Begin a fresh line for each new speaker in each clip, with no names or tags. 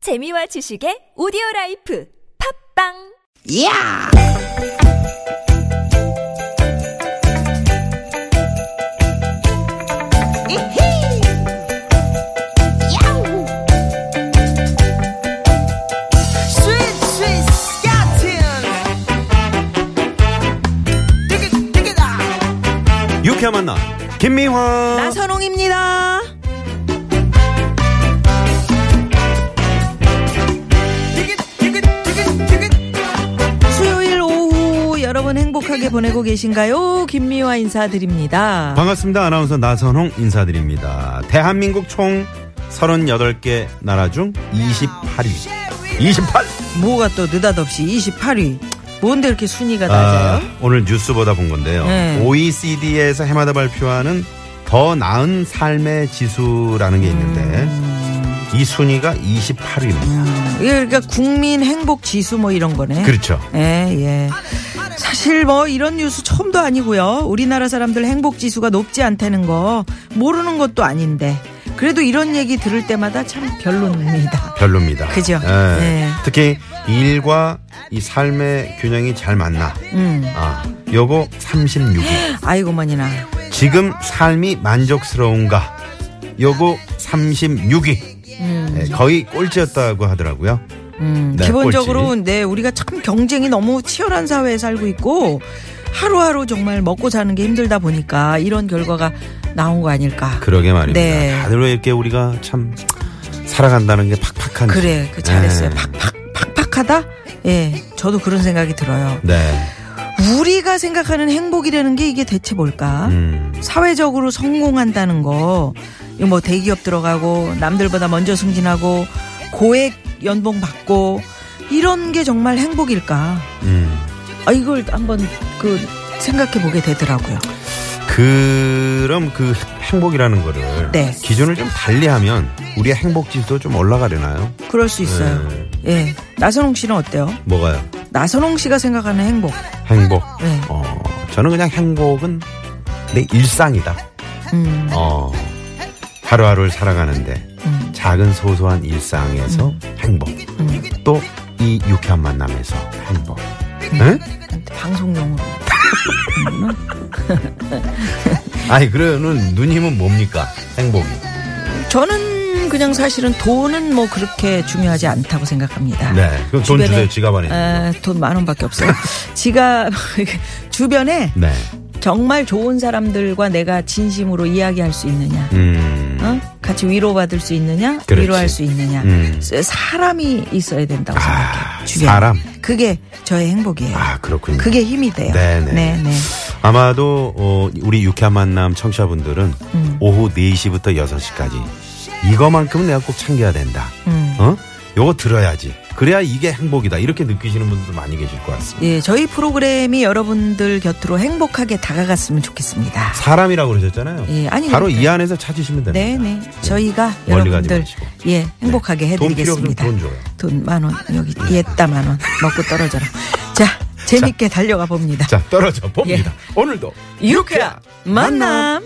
재미와 지식의 오디오 라이프 팝빵!
야! 이히! 야우! 스윗, 스윗, 스캇틴! 띠깃, 띠깃아!
유쾌한 만남 김미화
나선홍입니다.
수요일 오후 여러분 행복하게 보내고 계신가요? 김미화 인사드립니다.
반갑습니다 아나운서 나선홍 인사드립니다 대한민국 총 38개 나라 중 28위 28
뭐가 또 느닷없이 28위. 뭔데 이렇게 순위가
아,
낮아요?
오늘 뉴스보다 본 건데요
네.
OECD에서 해마다 발표하는 더 나은 삶의 지수라는 게 있는데
음.
이 순위가 28위입니다
이게 그러니까 국민 행복 지수 뭐 이런 거네.
그렇죠
예, 예. 사실 뭐 이런 뉴스 처음도 아니고요. 우리나라 사람들 행복 지수가 높지 않다는 거 모르는 것도 아닌데. 그래도 이런 얘기 들을 때마다 참 별로입니다.
별로입니다
그죠.
예.
네.
특히 일과 이 삶의 균형이 잘 맞나
음.
아, 요거 36위
아이고만이나.
지금 삶이 만족스러운가? 요거 36위. 네, 거의 꼴찌였다고 하더라고요.
음,
네,
기본적으로
꼴찌.
네 우리가 참 경쟁이 너무 치열한 사회에 살고 있고 하루하루 정말 먹고 사는 게 힘들다 보니까 이런 결과가 나온 거 아닐까.
그러게 말입니다.
네.
다들 왜 이렇게 우리가 참 살아간다는 게 팍팍한.
그래, 그 잘했어요.
네.
팍팍 팍팍하다. 예, 저도 그런 생각이 들어요.
네.
우리가 생각하는 행복이라는 게 이게 대체 뭘까?
음.
사회적으로 성공한다는 거, 이거 뭐 대기업 들어가고 남들보다 먼저 승진하고 고액 연봉 받고 이런 게 정말 행복일까?
음.
아, 이걸 한번 그 생각해 보게 되더라고요.
그럼 그 행복이라는 거를
네.
기준을 좀 달리하면 우리의 행복 지수도 좀 올라가려나요?
그럴 수 있어요.
네.
예. 나선홍 씨는 어때요?
뭐가요?
나선홍 씨가 생각하는 행복.
행복.
네.
어, 저는 그냥 행복은 내 일상이다.
음,
어, 하루하루를 살아가는데
음.
작은 소소한 일상에서 행복 또 이 유쾌한 만남에서 행복
음.
응?
방송용으로.
아니 그러는 누님은 뭡니까 행복이
저는 그냥 사실은 돈은 뭐 그렇게 중요하지 않다고 생각합니다.
네 그럼 돈
아, 주변에- 아.
주세요 지갑 안에 있는
에, 돈 만 원밖에 없어요. 지가 주변에
거. 네
정말 좋은 사람들과 내가 진심으로 이야기할 수 있느냐,
음,
어? 같이 위로받을 수 있느냐,
그렇지.
위로할 수 있느냐,
음.
사람이 있어야 된다고
아,
생각해요. 주변에.
사람.
그게 저의 행복이에요.
아 그렇군요
그게 힘이 돼요.
네네.
네네.
아마도 어, 우리 유쾌한 만남 청취자분들은
음.
오후 4시부터 6시까지 이거만큼은 내가 꼭 챙겨야 된다
음.
어? 요거 들어야지 그래야 이게 행복이다 이렇게 느끼시는 분들도 많이 계실 것 같습니다
예, 저희 프로그램이 여러분들 곁으로 행복하게 다가갔으면 좋겠습니다.
사람이라고 그러셨잖아요
예, 아니,
바로
그러니까요.
이 안에서 찾으시면 됩니다
네네. 저희가
멀리 가지
여러분들
마시고.
예 행복하게
네. 돈 필요 없으면
해드리겠습니다.
돈 줘요.
돈만 원, 여기, 예따 만 원. 먹고 떨어져라. 자, 재밌게 달려가 봅니다.
자, 떨어져 봅니다.
예.
오늘도
유쾌한 만남.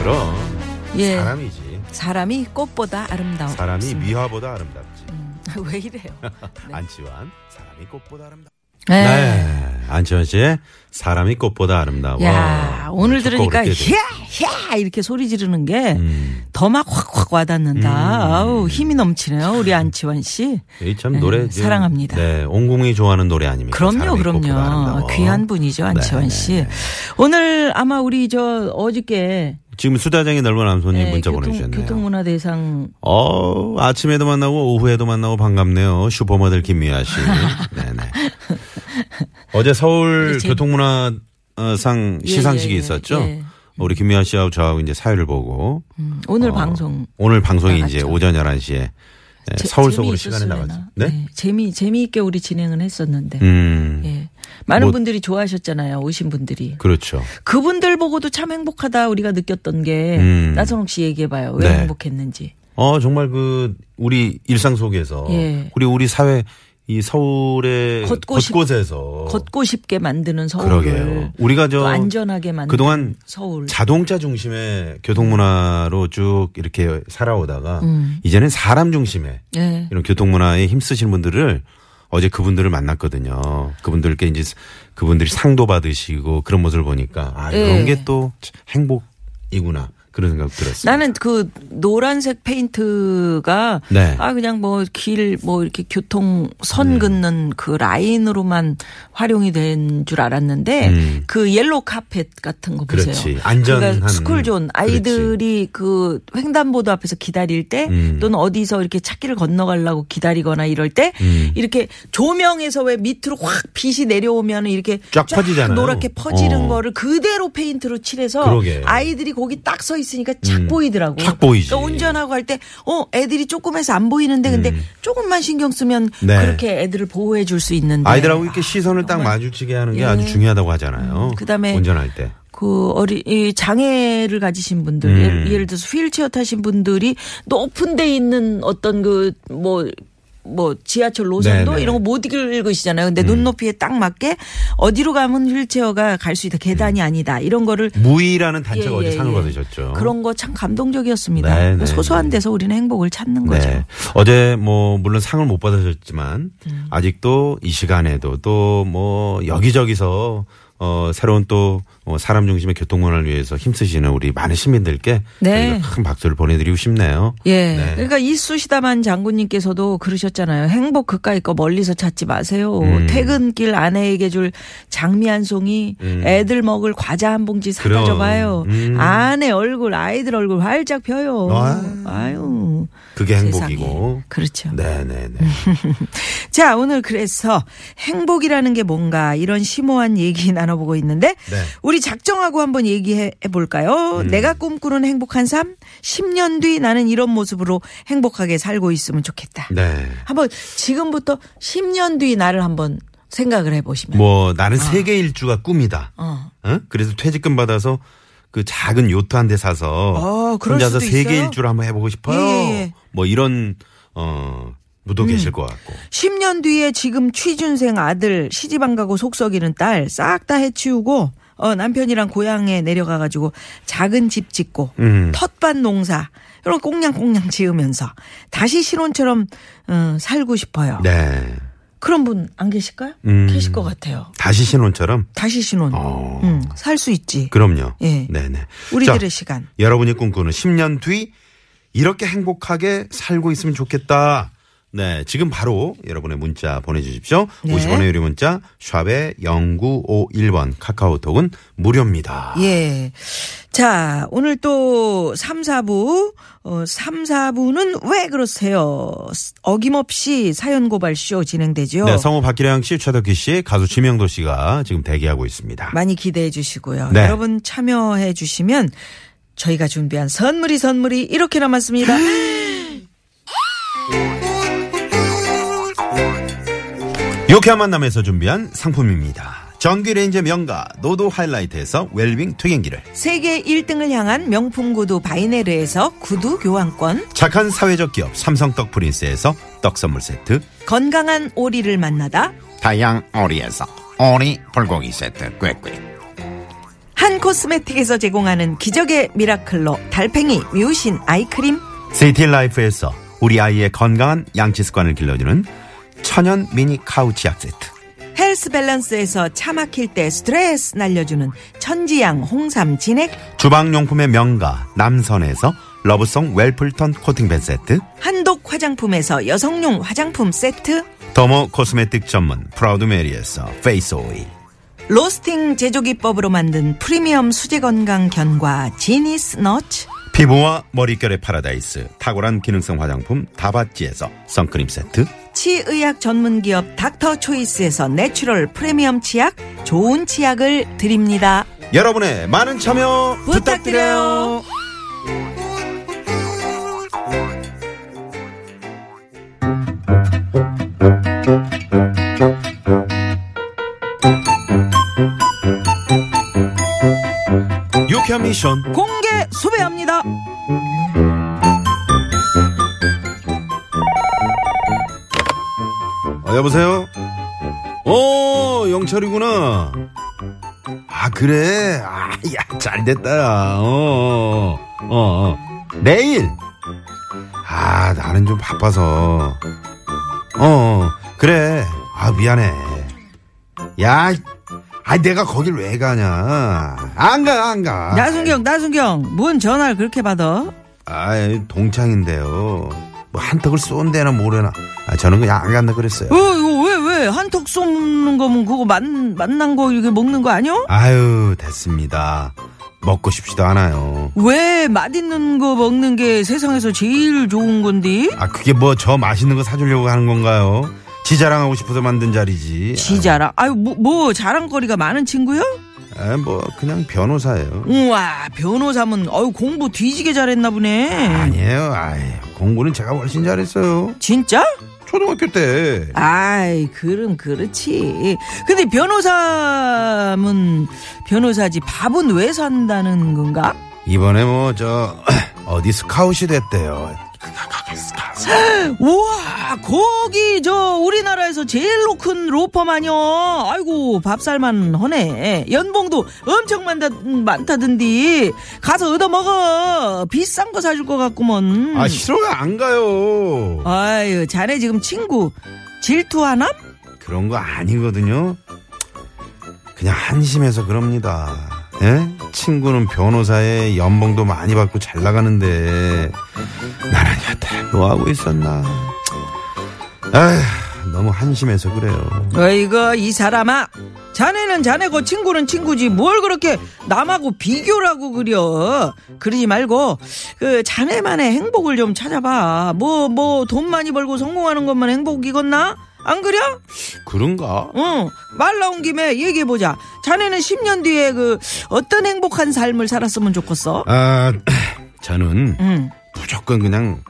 그럼
예.
사람이지.
사람이 꽃보다 아름다워.
사람이 미화보다 아름답지.
왜 이래요?
안치환 사람이 꽃보다 아름답.
네.
네. 안치환 씨의 사람이 꽃보다 아름다워.
야, 오늘
첫
들으니까
곡으로 띄워드릴게요.
히야 히야 이렇게 소리 지르는 게
음.
더 막 확확 와닿는다. 아우 힘이 넘치네요, 우리 안치원 씨.
이참
네,
노래 지금,
사랑합니다.
네, 온공이 좋아하는 노래 아닙니까?
그럼요,
사람이 꽃보다 아름다워.
그럼요. 귀한 분이죠, 안치원
네,
씨.
네, 네.
오늘 아마 우리 저 어저께
지금 수다장의 넓은 암손님
네,
문자
교통-
보내주셨네요.
교통문화대상
어, 아침에도 만나고 오후에도 만나고 반갑네요. 슈퍼모델 김미아 씨. 네네. 어제 서울
재-
교통문화상
예,
시상식이
예, 예,
있었죠.
예. 음.
우리 김미아 씨하고 저하고 이제 사회를 보고
오늘
어,
방송
오늘 방송이 이제
나갔죠.
오전 11시에
아,
예,
재-
네, 서울 속으로 시간에
재미있었으려나?
나갔죠. 네?
재미 재미있게 우리 진행은 했었는데.
음.
예. 많은
뭐-
분들이 좋아하셨잖아요. 오신 분들이.
그렇죠.
그분들 보고도 참 행복하다 우리가 느꼈던 게
음.
나선홍 씨 얘기해 봐요. 왜
네.
행복했는지.
어, 정말 그 우리 일상 속에서
예.
우리 우리 사회 이 서울의
걷고 싶-
곳곳에서
걷고 싶게 만드는 서울을
어. 그러게요. 우리가
또
저
안전하게 만드는
그동안
서울.
자동차 중심의 교통문화로 쭉 이렇게 살아오다가
음.
이제는 사람 중심의
예.
이런 교통문화에 힘쓰신 분들을 어제 그분들을 만났거든요. 그분들께 이제 그분들이 상도 받으시고 그런 모습을 보니까 아 이런
예.
게 또 행복이구나 그런 생각 들었어요.
나는 그 노란색 페인트가
네.
아 그냥 뭐 길 뭐 이렇게 교통 선 긋는 그 라인으로만 활용이 된 줄 알았는데
음.
그 옐로 카펫 같은 거
그렇지.
보세요.
안전한.
그러니까 스쿨존 아이들이 그 횡단보도 앞에서 기다릴 때
음.
또는 어디서 이렇게 찾기를 건너가려고 기다리거나 이럴 때
음.
이렇게 조명에서 왜 밑으로 확 빛이 내려오면 이렇게
쫙 퍼지잖아요.
노랗게 퍼지는
어.
거를 그대로 페인트로 칠해서
그러게. 음.
아이들이 거기 딱 서 있으니까 착 보이더라고.
착 보이지.
그러니까 운전하고 할 때, 어, 애들이 조금 해서 안 보이는데, 근데 조금만 신경 쓰면
음. 네.
그렇게 애들을 보호해 줄 수 있는데.
아이들하고 이렇게 시선을 딱 마주치게 하는 게 아주 중요하다고 하잖아요.
예. 그다음에
운전할 때.
그 어리 이 장애를 가지신 분들
음.
예를, 예를 들어서 휠체어 타신 분들이 높은 데 있는 어떤 그 뭐 뭐 지하철
네,
노선도
음. 네.
이런 거 못 읽으시잖아요. 근데 눈높이에 딱 맞게 어디로 가면 휠체어가 갈 수 있다. 계단이 아니다. 이런 거를
무의라는 단체가
예,
어제
예,
상을
예.
받으셨죠.
그런 거 참 감동적이었습니다.
네, 네,
소소한
네.
데서 우리는 행복을 찾는 거죠.
네. 어제 뭐 물론 상을 못 받으셨지만
음.
아직도 이 시간에도 또 뭐 여기저기서 어 새로운 또 어, 사람 중심의 교통문화를 위해서 힘쓰시는 우리 많은 시민들께
네.
저희가 큰 박수를 보내드리고 싶네요.
예.
네.
그러니까 이쑤시다만 장군님께서도 그러셨잖아요. 행복 그까이 거 멀리서 찾지 마세요.
음.
퇴근길 아내에게 줄 장미 한 송이, 애들 먹을 과자 한 봉지 사다
음. 그럼.
줘봐요.
음.
아내 얼굴, 아이들 얼굴 활짝 펴요.
아.
아유.
그게
세상에. 음.
행복이고.
그렇죠.
네네네.
자, 오늘 그래서 행복이라는 게 뭔가 이런 심오한 얘기 나눠보고 있는데
네. 음.
우리 작정하고 한번 얘기해 볼까요? 내가 꿈꾸는 행복한 삶, 10년 뒤 나는 이런 모습으로 행복하게 살고 있으면 좋겠다.
네.
한번 지금부터 10년 뒤 나를 한번 생각을 해보시면.
뭐 나는 세계 일주가 꿈이다.
네. 어.
어? 그래서 퇴직금 받아서 그 작은 요트 한 대 사서
어, 그럴
혼자서
수도
세계
있어요.
일주를 한번 해보고 싶어요.
예, 음. 예, 예.
뭐 이런 어 분도 계실 것 같고.
10년 뒤에 지금 취준생 아들 시집 안 가고 속 썩이는 딸 싹 다 해치우고 어, 남편이랑 고향에 내려가 가지고 작은 집 짓고
음.
텃밭 농사 이런 꽁냥꽁냥 지으면서 다시 신혼처럼 어, 살고 싶어요.
네.
그런 분 안 계실까요?
음.
계실 것 같아요.
다시 신혼처럼.
다시 신혼.
어.
음, 살 수 있지.
그럼요.
예.
네네.
우리들의
자,
시간.
여러분이 꿈꾸는 10년 뒤 이렇게 행복하게 살고 있으면 좋겠다. 네, 지금 바로 여러분의 문자 보내주십시오.
네.
50원의 유료 문자 샵에 0951번 카카오톡은 무료입니다.
예. 자, 오늘 또 3, 4부, 어, 3, 4부는 왜 그러세요? 어김없이 사연 고발쇼 진행되죠.
네, 성우 박기량 씨, 최덕기 씨, 가수 지명도 씨가 지금 대기하고 있습니다.
많이 기대해 주시고요.
네.
여러분 참여해 주시면 저희가 준비한 선물이 선물이 이렇게 남았습니다.
음. 유쾌한 만남에서 준비한 상품입니다. 전기레인지 명가 노도 하이라이트에서 웰빙 튀김기를
세계 1등을 향한 명품 구두 바이네르에서 구두 교환권,
착한 사회적 기업 삼성떡 프린스에서 떡 선물 세트
건강한 오리를 만나다
다양 오리에서 오리 불고기 세트 꾀꾀
한 코스메틱에서 제공하는 기적의 미라클로 달팽이 뮤신 아이크림
시티라이프에서 우리 아이의 건강한 양치 습관을 길러주는 천연 미니 카우치 약 세트
헬스 밸런스에서 차 막힐 때 스트레스 날려주는 천지양 홍삼 진액
주방용품의 명가 남선에서 러브송 웰플턴 코팅벤 세트
한독 화장품에서 여성용 화장품 세트
더모 코스메틱 전문 프라우드 메리에서 페이스 오일
로스팅 제조기법으로 만든 프리미엄 수제 건강 견과 지니스 너츠
피부와 머릿결의 파라다이스 탁월한 기능성 화장품 다바찌에서 선크림 세트
치의학 전문 기업 닥터 초이스에서 내추럴 프리미엄 치약 좋은 치약을 드립니다.
여러분의 많은 참여 부탁드려요.
부탁드려요.
유쾌한 미션
공개 수배합니다.
어, 여보세요? 어, 영철이구나. 아, 그래. 아, 야, 잘 됐다, 야. 어, 어, 어. 내일. 아, 나는 좀 바빠서. 어, 어, 그래. 아, 미안해. 야, 아, 내가 거길 왜 가냐. 안 가, 안 가.
나순경, 나순경, 뭔 전화를 그렇게 받아?
아, 동창인데요. 뭐 한턱을 쏜대나 모르나. 아, 저는 그냥 안 간다 그랬어요.
어, 이거 왜, 왜? 한턱 쏘는 거면 뭐 그거 만, 만난 거 이렇게 먹는 거 아니요?
아유, 됐습니다. 먹고 싶지도 않아요.
왜 맛있는 거 먹는 게 세상에서 제일 좋은 건데?
아, 그게 뭐 저 맛있는 거 사주려고 하는 건가요? 지 자랑하고 싶어서 만든 자리지.
지 자랑. 아유, 뭐, 뭐 자랑거리가 많은 친구요?
아, 뭐, 그냥 변호사예요.
우와, 변호사면, 어유 공부 뒤지게 잘했나 보네.
아니에요. 아이, 공부는 제가 훨씬 잘했어요.
진짜?
초등학교 때.
아이, 그럼 그렇지. 근데 변호사면 변호사지 밥은 왜 산다는 건가?
이번에 뭐, 저, 어디 스카웃이 됐대요. 그,
우와, 거기 저 우리나라에서 제일로 큰 로펌 아니여. 아이고, 밥살만 허네. 연봉도 엄청 많다, 많다던디. 가서 얻어먹어. 비싼 거 사줄 것 같구먼.
아, 싫어요. 안 가요.
아유, 자네 지금 친구 질투하나?
그런 거 아니거든요. 그냥 한심해서 그럽니다. 예? 친구는 변호사에 연봉도 많이 받고 잘 나가는데 나는 여태 뭐 하고 있었나? 에휴, 너무 한심해서 그래요.
어이거, 이 사람아. 자네는 자네고 친구는 친구지. 뭘 그렇게 남하고 비교라고 그려. 그러지 말고, 그, 자네만의 행복을 좀 찾아봐. 뭐, 뭐, 돈 많이 벌고 성공하는 것만 행복이겠나? 안 그려?
그런가?
응. 말 나온 김에 얘기해보자. 자네는 10년 뒤에 그, 어떤 행복한 삶을 살았으면 좋겠어?
아, 저는
응.
무조건 그냥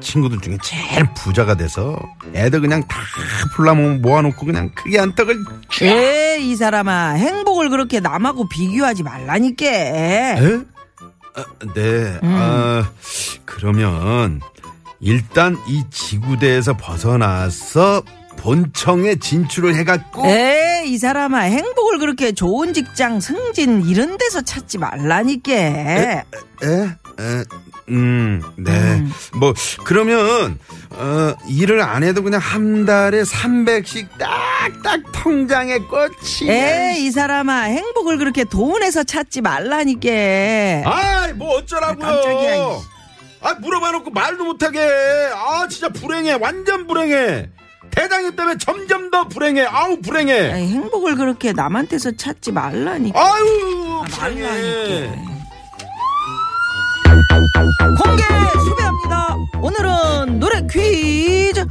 친구들 중에 제일 부자가 돼서 애들 그냥 다 풀라 모아놓고 그냥 크게 한 떡을
예, 에이, 이 사람아. 행복을 그렇게 남하고 비교하지 말라니까.
에? 아, 네.
음.
아, 그러면 일단 이 지구대에서 벗어나서 본청에 진출을 해갖고
에이 이 사람아 행복을 그렇게 좋은 직장 승진 이런 데서 찾지 말라니까
에? 에? 음, 네. 뭐 그러면 어, 일을 안 해도 그냥 한 달에 300씩 딱딱 통장에 꽂히.
에이 이 사람아 행복을 그렇게 돈에서 찾지 말라니까
아이 뭐 어쩌라고요?
네. 깜짝이야, 이씨.
아 물어봐놓고 말도 못하게. 아 진짜 불행해, 완전 불행해. 대장님 때문에 점점 더 불행해. 아우 불행해.
에이, 행복을 그렇게 남한테서 찾지 말라니까
아유 불행해.
말라니까
아.
공개 수배합니다 오늘은 노래 퀴즈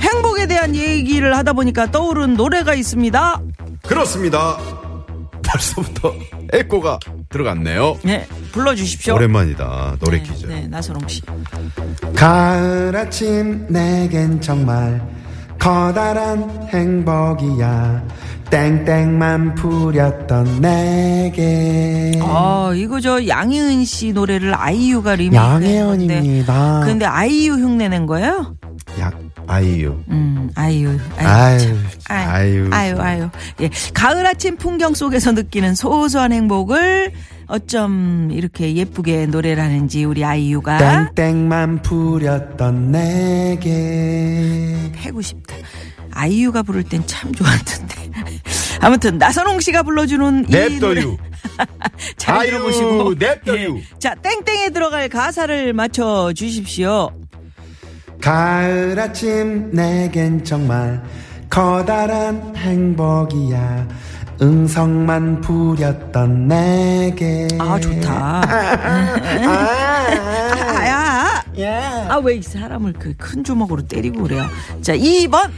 행복에 대한 얘기를 하다 보니까 떠오른 노래가 있습니다
그렇습니다. 벌써부터 에코가 들어갔네요.
네 불러주십시오
오랜만이다 노래 퀴즈.
네, 네 나서롱 씨
가을 아침 내겐 정말 커다란 행복이야 땡땡만 부렸던
음.
내게
아, 이거 저 양희은 씨 노래를 아이유가 리메이크 했는데
양혜원입니다
근데 아이유 흉내 낸 거예요?
야 아이유.
음, 아이유.
아유,
참.
아유.
아유, 아유. 예. 가을 아침 풍경 속에서 느끼는 소소한 행복을 어쩜 이렇게 예쁘게 노래를 하는지 우리 아이유가
땡땡만 부렸던 내게
해고 싶다. 아이유가 부를 땐 참 좋았던데. 아무튼 나선홍 씨가 불러주는 이 노래
냅둬유.
잘
아이유,
들어보시고 예.
냅둬유.
자 땡땡에 들어갈 가사를 맞춰 주십시오.
가을 아침 내겐 정말 커다란 행복이야 응성만 부렸던 내게
아 좋다. 아야. 아 왜 이 사람을 그 큰 주먹으로 때리고 그래요? 자 2번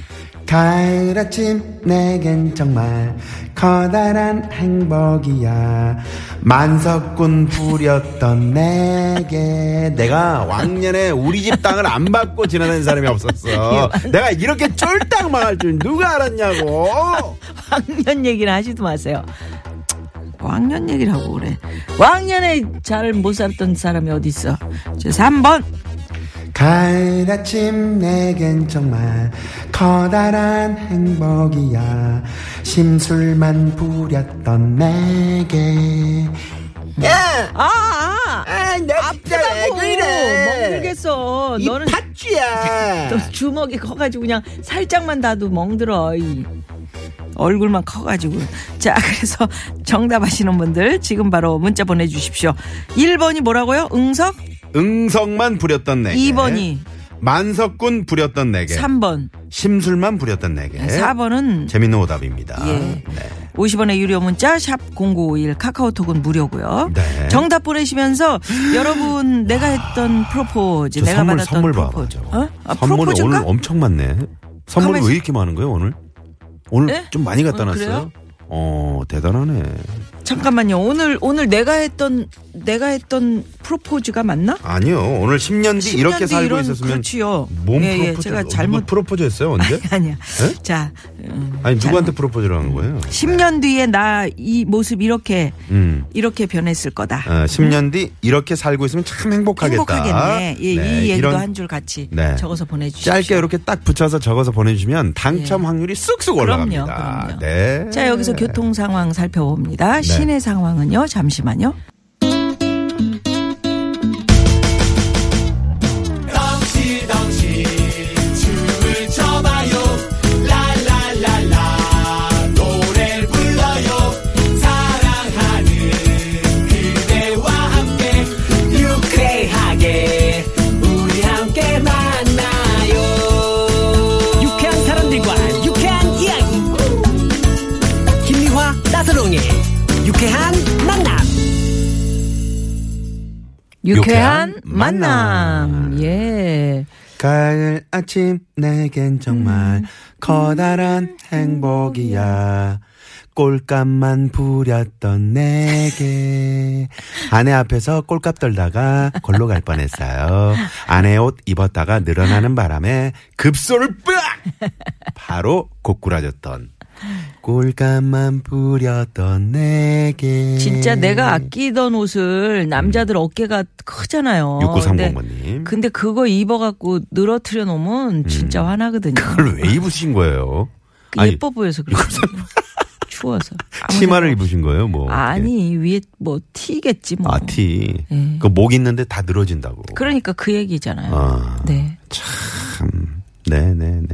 가을 아침 내겐 정말 커다란 행복이야 만석군 부렸던 내게
내가 왕년에 우리 집 땅을 안 밟고 지나다닌 사람이 없었어. 내가 이렇게 쫄딱 망할 줄 누가 알았냐고.
왕년 얘기는 하지도 마세요. 왕년 얘기를 하고 그래. 왕년에 잘 못 살던 사람이 어디 있어? 자 3번
가을 아침 내겐 정말 커다란 행복이야 심술만 부렸던 내게
야,
아,
아,
아
나 진짜 왜
아프다고
그래?
멍들겠어.
이
너는
팥쥐야.
네.
너 주먹이 커가지고 그냥 살짝만 놔도 멍들어. 이. 얼굴만 커가지고. 자, 그래서 정답 아시는 분들 지금 바로 문자 보내주십시오. 1번이 뭐라고요? 응석?
네, 응성만 부렸던 내게.
2번이,
만석군 부렸던 내게.
3번,
심술만 부렸던 내게.
네, 4번은
재밌는 오답입니다.
예. 50원의 유료 문자 샵 0951 카카오톡은 무료고요.
네.
정답 보내시면서 여러분 내가 했던 프로포즈
저
내가
선물
받았던
선물 봐.
프로포즈.
맞아.
어? 아,
선물 오늘
프로포즈인가?
엄청 많네. 선물
가만히
왜 이렇게 많은 거예요 오늘? 오늘
예?
좀 많이 갖다
어,
놨어요.
그래요?
어 대단하네.
잠깐만요. 오늘 오늘 내가 했던 내가 했던 프로포즈가 맞나?
아니요 오늘 10년 뒤
10년
이렇게
뒤
살고
이런-
있었으면
그렇지요.
몸
예, 예,
프로포즈
제가
뭐
잘못-
프로포즈했어요 언제?
아니야.
에?
자, 음,
아니 누구한테 프로포즈를 한 거예요?
10년 뒤에 나 이 모습 이렇게
음.
이렇게 변했을 거다.
어, 10년 뒤 이렇게 살고 있으면 참 행복하겠다.
행복하겠네. 예,
네,
이 얘기도
이런
한 줄 같이
네.
적어서 보내주십시오. 예.
짧게 이렇게 딱 붙여서 적어서 보내주시면 당첨 확률이 쑥쑥
그럼요,
올라갑니다.
그럼요.
네.
자, 여기서 교통 상황 살펴봅니다. 시내 상황은요, 잠시만요.
유쾌하게 우리 함께 만나요 유쾌한 사람들과 유쾌한 이야기 김미화 나서롱의 유쾌한 만남
유쾌한,
유쾌한
만남. 예.
가을 아침 내겐 정말 커다란 행복이야. 꼴값만 부렸던 내게 아내 앞에서 꼴값 떨다가 골로 갈 뻔했어요. 아내 옷 입었다가 늘어나는 바람에 급소를 빡 바로 고꾸라졌던 꼴값만 부렸던 내게
진짜
음.
내가 아끼던 옷을 남자들 어깨가 크잖아요.
6930번
근데,
님.
근데 그거 입어갖고 늘어뜨려 놓으면 진짜
음.
화나거든요.
그걸 왜 입으신 거예요?
그 예뻐 보여서 그렇요 추워서. 아무나-
치마를 입으신 거예요, 뭐.
아니, 위에 뭐 티겠지 뭐.
아, 티. 그 목 있는데 다 늘어진다고.
네. 그러니까 그 얘기잖아요.
아.
네.
참. 네네네.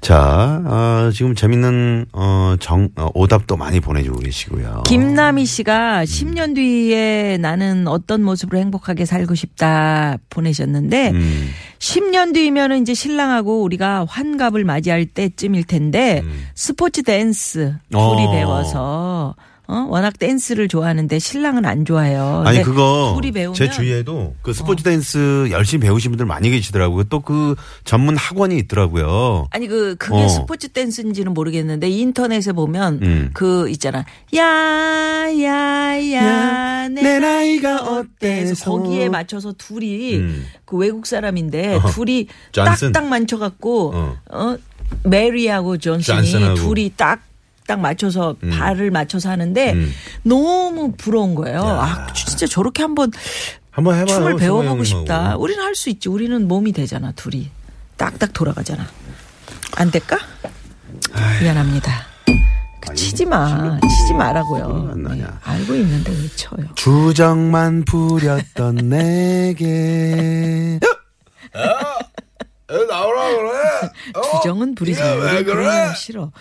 자, 아, 지금 재밌는, 어, 정, 어, 오답도 많이 보내주고 계시고요.
김남희
음.
씨가 10년 뒤에 나는 어떤 모습으로 행복하게 살고 싶다 보내셨는데
음.
10년 뒤면은 이제 신랑하고 우리가 환갑을 맞이할 때쯤일 텐데 스포츠 댄스 둘이
음. 어.
배워서 어? 워낙 댄스를 좋아하는데 신랑은 안 좋아해요.
아니
근데
그거
어, 네. 둘이 배우면 어.
제 주위에도 그 스포츠 댄스 열심히 배우신 분들 많이 계시더라고요. 또 그 전문 학원이 있더라고요.
아니 그 그게
어.
스포츠 댄스인지는 모르겠는데 인터넷에 보면
음.
그 있잖아 야야야 네.
내 나이가 어때서
거기에 맞춰서 둘이
음. 어.
그 외국 사람인데 둘이
존슨.
딱딱 맞춰갖고
어.
어. 메리하고 존슨이
존슨하고. 음.
둘이 딱. 딱 맞춰서 발을 맞춰서 하는데 너무 부러운 거예요. 아 진짜 저렇게 한번
한번 해봐요.
춤을 배워보고
성우
싶다.
형님하고.
우리는 할 수 있지. 우리는 몸이 되잖아. 둘이 딱딱 돌아가잖아. 안 될까? 미안합니다. 그 치지 마. 치지 마라고요.
뭐 안 나냐.
네, 알고 있는데 왜 쳐요?
주정만 부렸던 내게
어?
부정은 부리지 말고 그래? 싫어.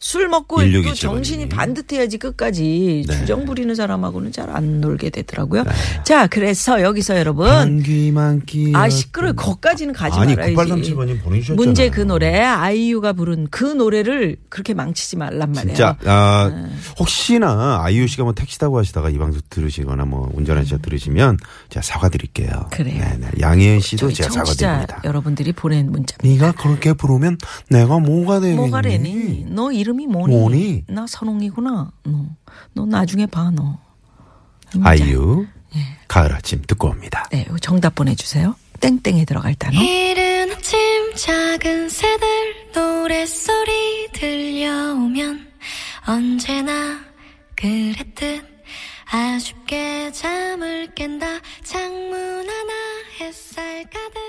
술 먹고 또
1627
정신이
번님.
반듯해야지 끝까지
네.
주정 부리는 사람하고는 잘 안 놀게 되더라고요. 자, 그래서 여기서 여러분
한귀만 끼
아 시끄러. 거까지는 가지
예. 아니,
말아야지.
9837번님 보내주셨잖아요.
문제 그 노래 아이유가 부른 그 노래를 그렇게 망치지 말란 말이에요. 네.
진짜 아, 혹시나 아이유 씨가 뭐 택시 타고 하시다가 이 방송 들으시거나 뭐 운전하시다 들으시면 제가 사과드릴게요.
그래요.
네네. 양혜은 씨도
저희
제가
청취자
사과드립니다.
여러분들이 보낸 문자.
네가 그렇게 부르면 내가 뭐가 되니?
네.
뭐가래니? 너 이름이 뭐니?
뭐니?
나 선홍이구나. 너, 너 나중에 봐 너. 문자.
아이유 가을 아침 듣고 옵니다.
네, 이거 정답 보내주세요. 땡땡에 들어갈 단어.
이른 아침 작은 새들 노랫소리 들려오면 언제나 그랬듯 아쉽게 잠을 깬다 창문 하나 햇살 가득